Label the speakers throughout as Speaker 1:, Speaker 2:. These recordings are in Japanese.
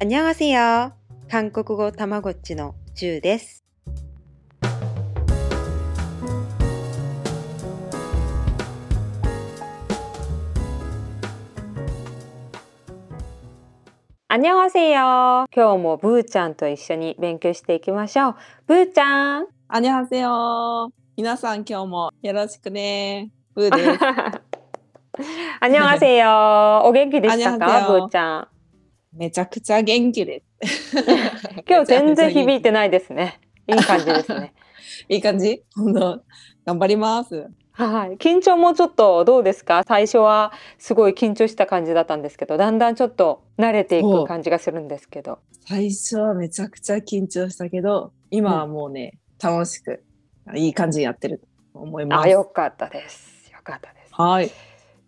Speaker 1: 안녕하세요韓国語たまごっちのジュウです。안녕하세요。今日もブーちゃんと一緒に勉強していきましょう。ブーちゃ ん。
Speaker 2: 안녕하세요。皆さん今日もよろしくね。ブ ーです。
Speaker 1: 안녕하세요。お元 気でした
Speaker 2: 안녕하
Speaker 1: か、
Speaker 2: 세요
Speaker 1: ブーちゃん。
Speaker 2: めちゃくちゃ元気です。
Speaker 1: 今日全然響い
Speaker 2: て。
Speaker 1: てないですね。いい感じですね。
Speaker 2: いい感じ本当頑張ります。
Speaker 1: はい、緊張もちょっとどうですか最初はすごい緊張した感じだったんですけどだんだんちょっと慣れてい
Speaker 2: そ
Speaker 1: く
Speaker 2: う
Speaker 1: 感じがするんですけど
Speaker 2: 最初はめちゃくちゃ緊張したけど、今はもうね、楽しく、いい感じにやってると思いま
Speaker 1: あ
Speaker 2: す。
Speaker 1: よかったですよかったです
Speaker 2: はい。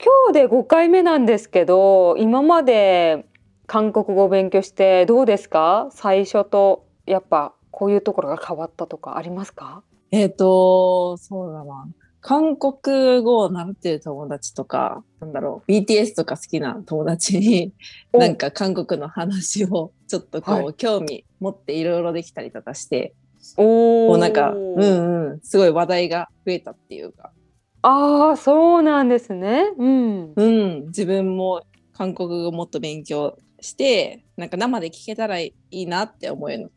Speaker 1: 今日で5回目なんですけど今まで韓国語を勉強してどうですか最初とやっぱこういうところが変わったとかありますか
Speaker 2: えっ、と、そうだな。韓国語を習ってる友達とか、なんだろう、BTS とか好きな友達に、なんか韓国の話を ちょっとこう、
Speaker 1: は
Speaker 2: 興味持っていろいろできたりとかして、
Speaker 1: お
Speaker 2: こ
Speaker 1: お
Speaker 2: うなんか、うんうん、すごい話題が増えたっていうか、
Speaker 1: ああそうなんですねうん
Speaker 2: うん、自分も韓国語もっと勉強して、なんか生で聞けたらいいなって思える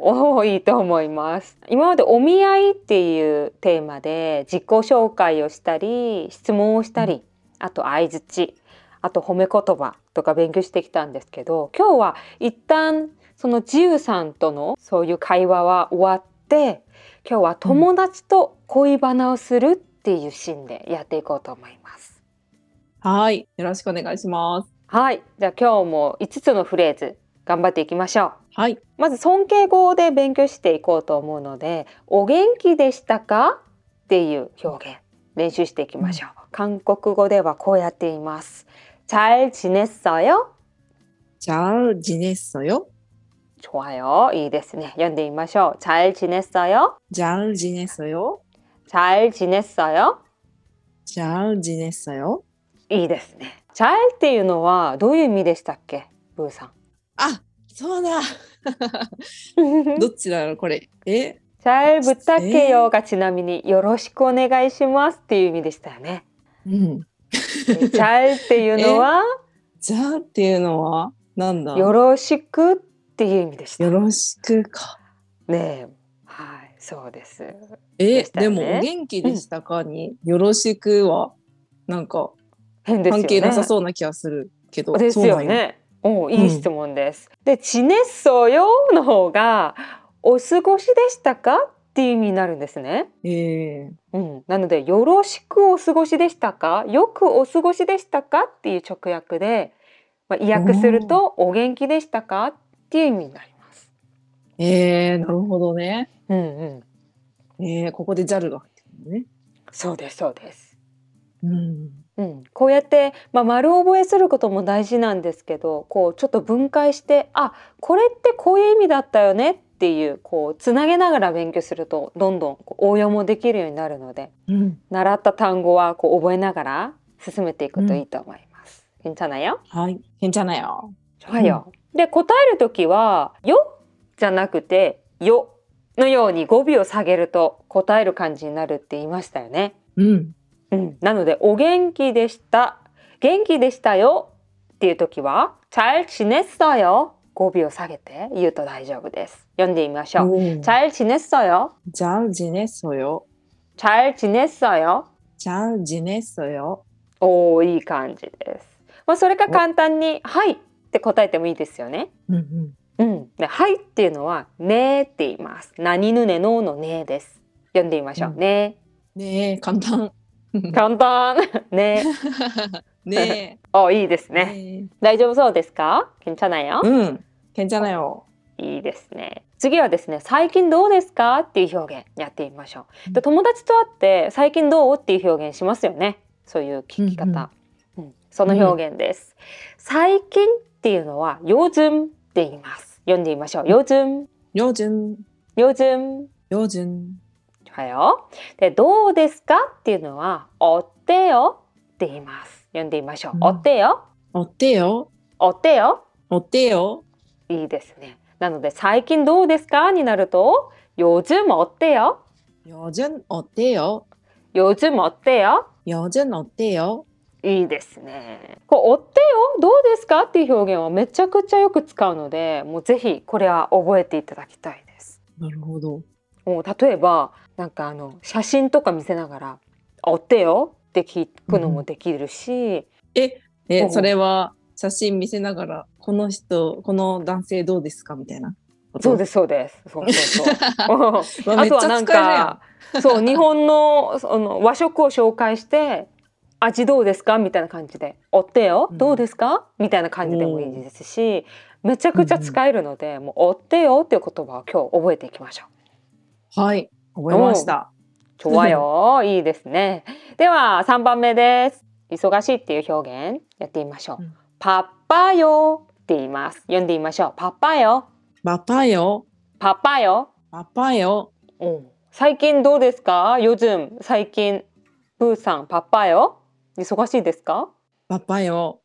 Speaker 1: おおいいと思います今までお見合いっていうテーマで自己紹介をしたり質問をしたり、あと相づちあと褒め言葉とか勉強してきたんですけど今日は一旦その自由さんとのそういう会話は終わって今日は友達と恋バナをするっていうシーンでやっていこうと思います。
Speaker 2: の。はい、よろしくお願いします。
Speaker 1: はい、じゃあ今日も5つのフレーズ頑張っていきましょう。
Speaker 2: はい、
Speaker 1: まず尊敬語で勉強していこうと思うので「お元気でしたか?」っていう表現練習していきましょう。韓国語ではこうやっています。잘지냈어요
Speaker 2: じゃあ、ジネッソよ。
Speaker 1: 좋아요いいですね。読んでみましょう。잘지냈어요
Speaker 2: じゃあ、ジネッソよ。
Speaker 1: 잘지냈어요
Speaker 2: じゃあ、ジネッソよ。
Speaker 1: いいですね。잘っていうのはどういう意味でしたっけ、ブーさん。
Speaker 2: あ、そうだ。どっちだろう、これ。え、
Speaker 1: 잘부탁해요がちなみによろしくお願いしますっていう意味でしたよね。
Speaker 2: うん。
Speaker 1: 잘っていうのは
Speaker 2: じゃあっていうのは、なんだ
Speaker 1: よろしくっていう意味でした。
Speaker 2: よ
Speaker 1: ね
Speaker 2: ろしくか。
Speaker 1: え、はい、そうです。
Speaker 2: え、
Speaker 1: でした
Speaker 2: で
Speaker 1: よね
Speaker 2: もお元気でしたかに、よろしくはなんか
Speaker 1: 変ですよね。
Speaker 2: 関係なさそうな気がするけど。
Speaker 1: です
Speaker 2: そうな
Speaker 1: よ
Speaker 2: ん。
Speaker 1: ね。お、
Speaker 2: う
Speaker 1: いい
Speaker 2: ん
Speaker 1: 質問です。で、地熱そうよの方がお過ごしでしたかっていう意味になるんですね。
Speaker 2: えー
Speaker 1: うん、なので、よろしくお過ごしでしたか、よくお過ごしでしたかっていう直訳で、まあ、意訳するとお元気でしたかっていう意味になります。
Speaker 2: えーなるほどね。
Speaker 1: うんうん、
Speaker 2: えーここで JAL が入ってくるのね。
Speaker 1: そうですそうです。
Speaker 2: うん。
Speaker 1: うん、こうやって、まあ、丸覚えすることも大事なんですけどこうちょっと分解してあこれってこういう意味だったよねっていうこうつなげながら勉強するとどんどんこう応用もできるようになるので
Speaker 2: うん。
Speaker 1: 習った単語はこう覚えながら進めていくといいと思います。괜찮아요
Speaker 2: はい。変じゃないよ。
Speaker 1: 좋아요で答える時は「よ」じゃなくて「よ」のように語尾を下げると答える感じになるって言いましたよね。
Speaker 2: うん。
Speaker 1: うん、なので「お元気でした」「元気でしたよ」っていう時は「잘지냈어요」語尾を下げて言うと大丈夫です。読んでみましょう。
Speaker 2: おー
Speaker 1: 잘지냈어요
Speaker 2: じゃあジネッソよ。
Speaker 1: 잘지냈어요
Speaker 2: じゃあジネッソよ。
Speaker 1: おおいい感じです。まあ、それか簡単に「はい」って答えてもいいですよね。
Speaker 2: うんうん。
Speaker 1: うん。で「はい」っていうのは「ね」って言います。何ぬねののねです。読んでみましょう。
Speaker 2: うん
Speaker 1: ね。
Speaker 2: ねえ、簡単。
Speaker 1: 簡単。ね。
Speaker 2: ね
Speaker 1: おいいです
Speaker 2: え。
Speaker 1: ね。
Speaker 2: ね
Speaker 1: 大丈夫そうですか？괜찮아요
Speaker 2: え。うん。変じゃないよ。
Speaker 1: いいですね。次はですね、最近どうですかっていう表現やってみましょう。で
Speaker 2: うん
Speaker 1: 友達と会って最近どうっていう表現しますよね。そういう聞き方。うんその表現です。最近っていうのは요즘って言います。読んでみましょう。요즘、
Speaker 2: よじゅん。
Speaker 1: 요즘。
Speaker 2: よじゅん。
Speaker 1: はよ。で、どうですかっていうのはおってよって言います。読んでみましょう。
Speaker 2: うん
Speaker 1: おってよ。
Speaker 2: おってよ。
Speaker 1: おってよ。
Speaker 2: おってよ。
Speaker 1: いいですね。なので最近どうですかになると요즘어때요
Speaker 2: 요즘어때요
Speaker 1: 요즘어때요
Speaker 2: 요즘어때요
Speaker 1: いいですね。こう追ってよどうですかっていう表現はめちゃくちゃよく使うので、もうぜひこれは覚えていただきたいです。
Speaker 2: なるほど。
Speaker 1: もう例えばなんかあの写真とか見せながら追ってよって聞くのもできるし、
Speaker 2: え、
Speaker 1: おう
Speaker 2: それは写真見せながら、この人、この男性どうですかみたいなこと。
Speaker 1: そうですそうです。そうそうそう。
Speaker 2: うわ。
Speaker 1: あ
Speaker 2: めっち
Speaker 1: とは
Speaker 2: ゃ
Speaker 1: な
Speaker 2: 使
Speaker 1: ん
Speaker 2: えるやん。
Speaker 1: かそう日本のその和食を紹介して味どうですかみたいな感じで「おってよ
Speaker 2: うん
Speaker 1: どうですか?」みたいな感じでもいいですしめちゃくちゃ使えるので、もう「おってよ」っていう言葉を今日覚えていきましょう。
Speaker 2: はい、覚えました。
Speaker 1: 좋아요 いいですね。では3番目です。忙しいっていう表現やってみましょう
Speaker 2: うん。
Speaker 1: パッパよって言います。読んでみましょう。パッパよ。
Speaker 2: パパよ、
Speaker 1: パッパよ。
Speaker 2: パパよ、
Speaker 1: うん最近どうですか요즘最近ブーさんパッパよ忙しいですか
Speaker 2: パパよ。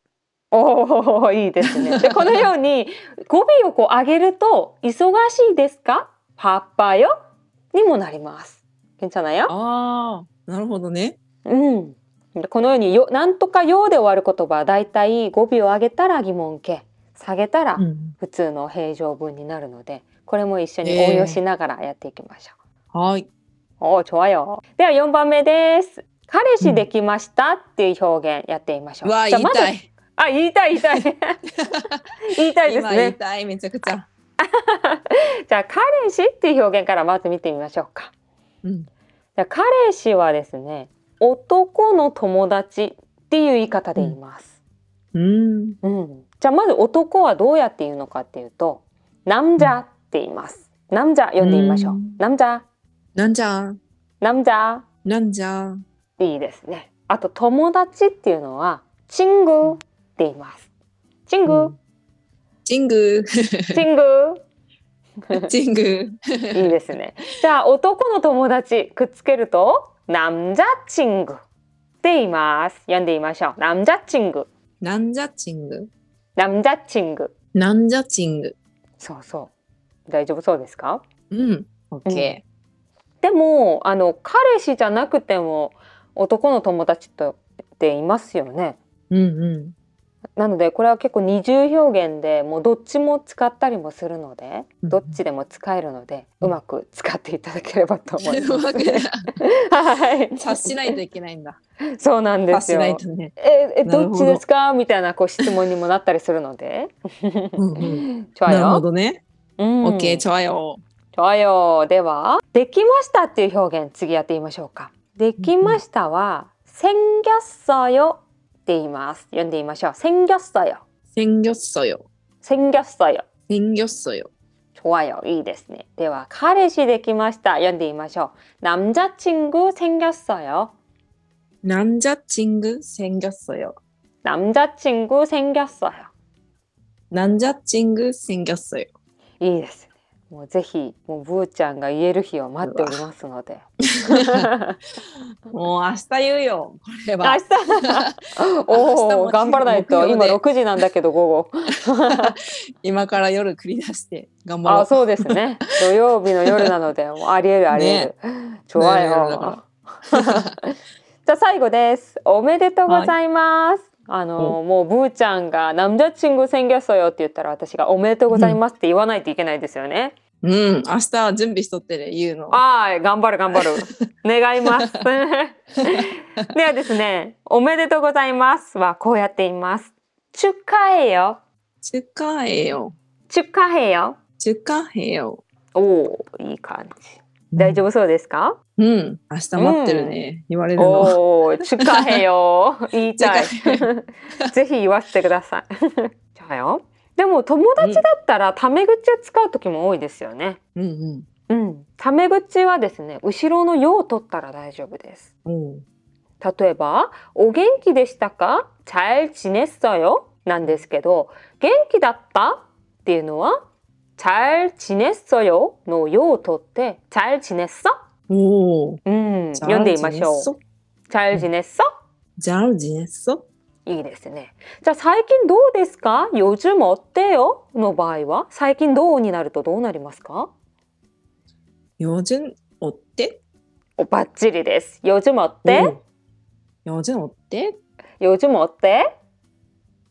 Speaker 1: おおいいです ねでこのように語尾をこう上げると忙しいですかパッパよにもなります괜찮아요
Speaker 2: ああ、なるほどね。
Speaker 1: うんでこのようによなんとかよで終わる言葉はだいたい語尾を上げたら疑問形下げたら
Speaker 2: うん
Speaker 1: 普通の平常文になるのでこれも一緒に応用しながらやっていきましょう
Speaker 2: はい、
Speaker 1: おー、좋아요。では4番目です。彼氏できましたっていう表現やってみましょう。
Speaker 2: わあ、
Speaker 1: じゃ
Speaker 2: 言
Speaker 1: あ
Speaker 2: い
Speaker 1: まず
Speaker 2: たい。
Speaker 1: あ、言いたい言いたい。 言いたいです
Speaker 2: 今言い
Speaker 1: ね。
Speaker 2: たい、めちゃくちゃ。
Speaker 1: じゃあ彼氏っていう表現からまず見てみましょうか。
Speaker 2: うん、
Speaker 1: じゃあ彼氏はですね、男の友達っていう言い方で言います。
Speaker 2: うん、
Speaker 1: うん。じゃあまず男はどうやって言うのかっていうと、남자って言います。남자読んでみましょう
Speaker 2: うん。
Speaker 1: 남자
Speaker 2: なんじゃ、
Speaker 1: 남자
Speaker 2: なんじゃ。
Speaker 1: いいですね。あと友達っていうのはチングって言います。チング、
Speaker 2: ジング、
Speaker 1: チング、
Speaker 2: ジング。
Speaker 1: いいですね。じゃあ男の友達くっつけると남자チングって言います。読んでみましょう。남자チング、
Speaker 2: なんじゃチング。
Speaker 1: 남자チング。
Speaker 2: なんじゃチング。
Speaker 1: そうそう。大丈夫そうですか？
Speaker 2: うん、オッケ
Speaker 1: でもあの彼氏じゃなくても男の友達とっていますよね。
Speaker 2: ー。うんうん。
Speaker 1: なのでこれは結構二重表現でもうどっちも使ったりもするので
Speaker 2: うん
Speaker 1: どっちでも使えるので
Speaker 2: う
Speaker 1: うんまく使っていただければと思いま
Speaker 2: う
Speaker 1: す
Speaker 2: まく。
Speaker 1: はい、
Speaker 2: 察しないといけないんだ。
Speaker 1: そうなんで
Speaker 2: 察
Speaker 1: す
Speaker 2: し
Speaker 1: よ。
Speaker 2: ない
Speaker 1: え
Speaker 2: とね。
Speaker 1: え
Speaker 2: なる
Speaker 1: ど
Speaker 2: ほど
Speaker 1: っちですかみたいなこう質問にもなったりするので。
Speaker 2: うんうん。
Speaker 1: ちょわ
Speaker 2: なるほ
Speaker 1: よ。
Speaker 2: どね。
Speaker 1: うん
Speaker 2: オッケー、ちょわよ。
Speaker 1: ちょわよ。ではできましたっていう表現次やってみましょうか。できましたは생겼어요って言います。読んでみましょう。생겼어요。
Speaker 2: 鮮魚っそよ。
Speaker 1: 생겼어요。
Speaker 2: 鮮魚っそよ。
Speaker 1: 좋아요. いいですね。では、彼氏できました。読んでみましょう。남자친구생겼어요。
Speaker 2: 남자친구 생겼어요.
Speaker 1: 남자친구생겼어요。
Speaker 2: 남자친구 생겼어요.
Speaker 1: いいですね。もうぜひ、もうブーちゃんが言える日を待っておりますの で。
Speaker 2: もう明日言うよ、これ
Speaker 1: 明
Speaker 2: は。
Speaker 1: 日お
Speaker 2: 明日も
Speaker 1: お、頑張らないと。
Speaker 2: 木曜
Speaker 1: 今
Speaker 2: で
Speaker 1: 6時なんだけど、午後。
Speaker 2: 今から夜繰り出して頑張ろ
Speaker 1: あ、
Speaker 2: う。
Speaker 1: そうです ね。土曜日の夜なので、もうありえるありえる。ちょわ
Speaker 2: ね夜だ
Speaker 1: よ
Speaker 2: か。
Speaker 1: じゃあ最後です。おめでとうございます。あのもうブーちゃんが「남자친구宣言そうよ」って言ったら私が「おめでとうございます」って言わないといけないですよね。
Speaker 2: うん、明日準備しとってね、言うの。
Speaker 1: ああ頑張る 頑張る願います。 ではですね「おめでとうございます」はこうやって言います。축하해요
Speaker 2: 축하해요。
Speaker 1: 축하해요
Speaker 2: 축하해요。
Speaker 1: おおいい感じ。大丈
Speaker 2: 夫
Speaker 1: 夫そうですか？
Speaker 2: うん、明日待ってるね、言われるの。
Speaker 1: おお、축하해요。言 いたい。ぜひ言わせてくだ さい。じゃあよ。でも友達だったらタメ口を使う時も多いですよね。
Speaker 2: うんうん。
Speaker 1: うん。タメ口はですね、後ろの「よ」を取ったら大丈夫です。
Speaker 2: おう
Speaker 1: 例えば、お元気でしたか？잘지냈어요なんですけど、元気だったっていうのは잘지냈어요の「よ」を取って잘지냈어？
Speaker 2: おう。
Speaker 1: うん。読んでみましょう。
Speaker 2: う。
Speaker 1: 잘지냈어
Speaker 2: じゃあ、ジネッソ。
Speaker 1: いいですね。じゃあ最近どうですか요즘もってよの場合は最近どうになるとどうなりますか
Speaker 2: 요즘어때
Speaker 1: おバッチリです。요즘もって
Speaker 2: 오 요즘어때
Speaker 1: 요즘もって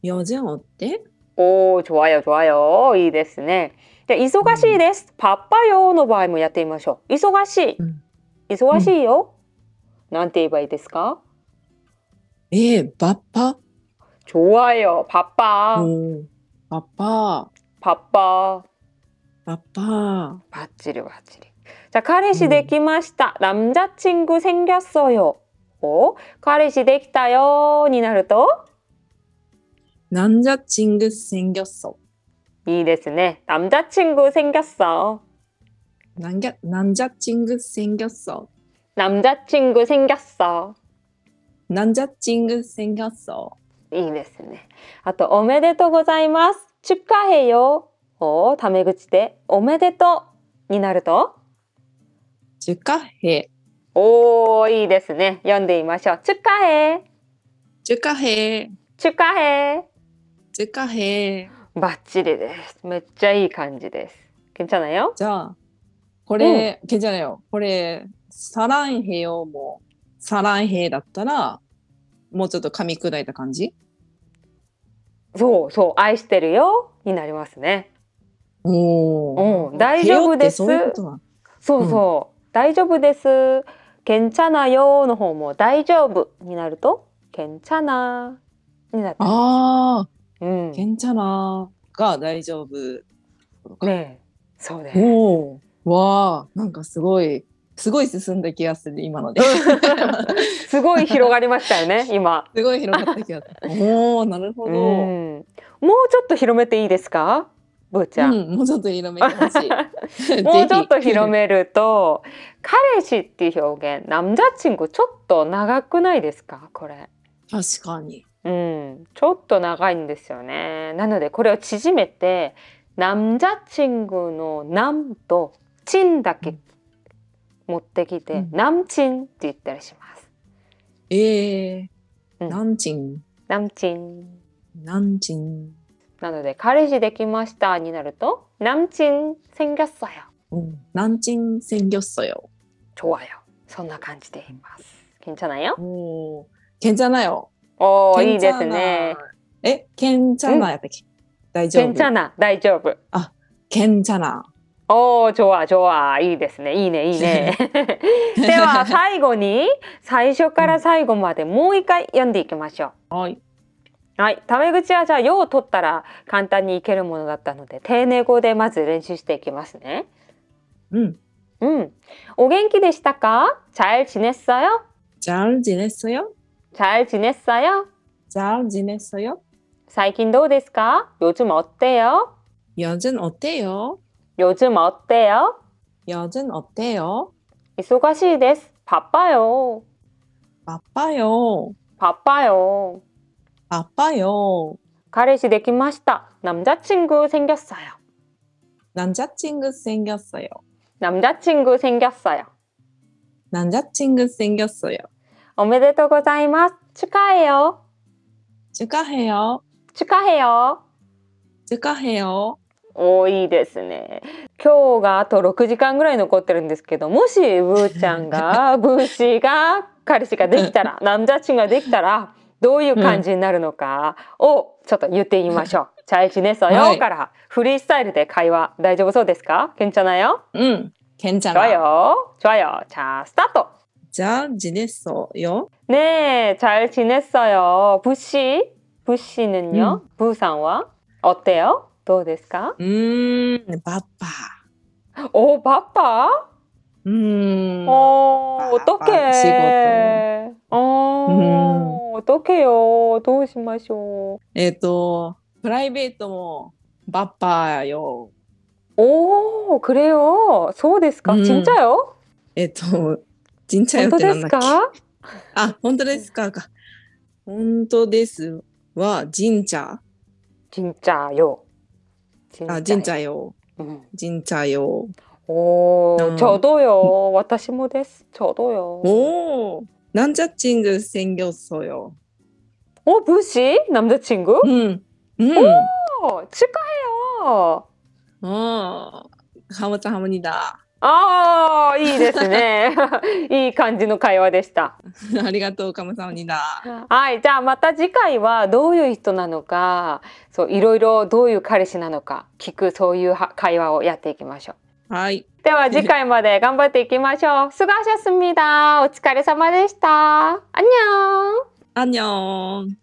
Speaker 2: 요즘어때
Speaker 1: おー、좋아요좋아요いいですね。じゃあ忙しいです。パッパよの場合もやってみましょう。忙し
Speaker 2: うん
Speaker 1: い。忙しいよ。なんて言えばいいですか
Speaker 2: 예 바빠
Speaker 1: 좋아요パッパ
Speaker 2: 오 바빠
Speaker 1: パッパ
Speaker 2: 바빠
Speaker 1: 바찌리 바찌리. 자, 카레시 데키마시타. 남자친구 생겼어요. 오, 카레시 데키타요. 니나루토.
Speaker 2: 남자친구 생겼어
Speaker 1: 이ですね. 남자친구 생겼어.
Speaker 2: 남자 남자친구 생겼어
Speaker 1: 남자친구 생겼어.
Speaker 2: 남자친구 생겼어
Speaker 1: いいですね。あと、おめでとうございます。 축하해요. 오, 다메구치で おめでとう. 니나루토.
Speaker 2: 축하해
Speaker 1: 오, いいですね。読んでみましょう. 축하해.
Speaker 2: 축하해
Speaker 1: 축하해.
Speaker 2: 축하해
Speaker 1: 바찌리です. めっちゃいい感じです. 괜찮아요?
Speaker 2: 자 그래 괜찮아요 그래 사랑해요 뭐 사랑해 だったらもうちょっと噛み砕いた感じ
Speaker 1: そうそう愛してるよになりますね。
Speaker 2: お
Speaker 1: うん大丈夫です
Speaker 2: へよってそういうことなの
Speaker 1: そうそう、大丈夫です。けんちゃなよの方も大丈夫になるとけんちゃなになって。
Speaker 2: あ
Speaker 1: う
Speaker 2: あ、
Speaker 1: ん。
Speaker 2: けんちゃなが大丈夫。
Speaker 1: ねえそうね。
Speaker 2: おお、わあ、なんかすごい、すごい進んだ気がする、今ので。
Speaker 1: すごい広がりましたよね今。
Speaker 2: すごい広がった気がする。 おお、なるほ
Speaker 1: う
Speaker 2: ど。
Speaker 1: ん。もうちょっと広めていいですかブーちゃん。
Speaker 2: うんもうちょっと広めてほしい。
Speaker 1: もうちょっと広
Speaker 2: め。
Speaker 1: めると彼氏っていう表現남자친구ちょっと長くないですかこれ。
Speaker 2: 確かに。
Speaker 1: うん、ちょっと長いんですよね。なのでこれを縮めて、남자친구の남と친だ
Speaker 2: う
Speaker 1: け
Speaker 2: ん
Speaker 1: 持ってきて、
Speaker 2: うん
Speaker 1: 남친って言ったりします。
Speaker 2: ええ
Speaker 1: うん
Speaker 2: ー、なんちん、
Speaker 1: 남친
Speaker 2: なんちん。
Speaker 1: なので彼氏できましたになると、남친생겼어요。
Speaker 2: うんなんちん鮮魚っそよ。
Speaker 1: 좋아요。そんな感じで言います。괜찮아요？
Speaker 2: おお、けんちゃなよ。
Speaker 1: おお、い
Speaker 2: け
Speaker 1: い
Speaker 2: んち
Speaker 1: で
Speaker 2: ゃな
Speaker 1: すね。。
Speaker 2: え、けんちゃなやったっけ。大丈
Speaker 1: 괜
Speaker 2: 夫。
Speaker 1: 찮아、大丈夫。
Speaker 2: けんちゃな。
Speaker 1: おー、좋아좋아いいですね、いいね、いい ね。では、最後に、最初から最後までもう一回読んでいきましょ
Speaker 2: はい。
Speaker 1: う。はい、タメ口はじゃあ、よを取ったら簡単にいけるものだったので、丁寧語でまず練習していきますね。
Speaker 2: うん。
Speaker 1: うん。お元気でしたか잘지냈어요
Speaker 2: 잘 지냈어요?
Speaker 1: 잘지냈어요
Speaker 2: 잘 지냈어요?
Speaker 1: 最近どうですか요즘어때요
Speaker 2: 요즘 어때요?
Speaker 1: 요즘어때요
Speaker 2: 요즘 어때요?
Speaker 1: 忙しいです。바빠요。
Speaker 2: 바빠요.
Speaker 1: 바빠요。
Speaker 2: 바빠요.
Speaker 1: 彼氏できました。남자친구생겼어요。
Speaker 2: 남자친구 생겼어요.
Speaker 1: 남자친구생겼어요。
Speaker 2: 남자친구 생겼어요.
Speaker 1: おめでとうございます。축하해요。
Speaker 2: 축하해요.
Speaker 1: 축하해요。
Speaker 2: 축하해요.
Speaker 1: おーいいですね。今日があと6時間ぐらい残ってるんですけど、もしブーちゃん が、ブーシーが、彼氏ができたら、남자친구가できたら、どういう感じになるのかをちょっと言ってみまし ょう。チャイチネソ
Speaker 2: は
Speaker 1: よ
Speaker 2: い
Speaker 1: からフリースタイルで会話大丈夫そうですか괜찮아요
Speaker 2: 응.
Speaker 1: 좋아
Speaker 2: 괜찮아.
Speaker 1: 요좋아요 자, 스타트
Speaker 2: 잘 지냈어요?
Speaker 1: 네, 잘 지냈어요. 부씨, 부씨는요? 부상와 어때요? どうですか?
Speaker 2: 음, 바빠.
Speaker 1: 오, 어, 바빠?
Speaker 2: 음,
Speaker 1: 어,
Speaker 2: 바빠,
Speaker 1: 어떡해.
Speaker 2: 지고도.
Speaker 1: 어, 어떡해요. 도우시마쇼.
Speaker 2: 에또 프라이베이트 뭐 바빠요.
Speaker 1: 오, 그래요. そうですか?
Speaker 2: 음.
Speaker 1: 진짜요?
Speaker 2: 에또 진짜요?
Speaker 1: 本当ですか?
Speaker 2: あ、本当ですかか。本当ですは、神社。
Speaker 1: 진짜요.
Speaker 2: あ、
Speaker 1: 아, 진짜요.
Speaker 2: 神社よ。
Speaker 1: 음.
Speaker 2: 神社よ。
Speaker 1: 오,
Speaker 2: 음.
Speaker 1: 저도요. 私もです. 저도요.
Speaker 2: おお、なんちゃちんぐ専業っそよ。
Speaker 1: 어, 무시? 남자친구?
Speaker 2: うん。うん。
Speaker 1: 어, 축하해요.
Speaker 2: うん。ハモちゃんハモニだ。
Speaker 1: ああ、いいですね。いい感じの会話でした。
Speaker 2: ありがとう、カムサムニだ。
Speaker 1: はい、じゃあまた次回はどういう人なのか、そういろいろどういう彼氏なのか聞くそういうは会話をやっていきましょ
Speaker 2: はい。
Speaker 1: う。では次回まで頑張っていきましょう。すがしゃすみだ。お疲れ様でした。あにゃーん。
Speaker 2: アンニョン。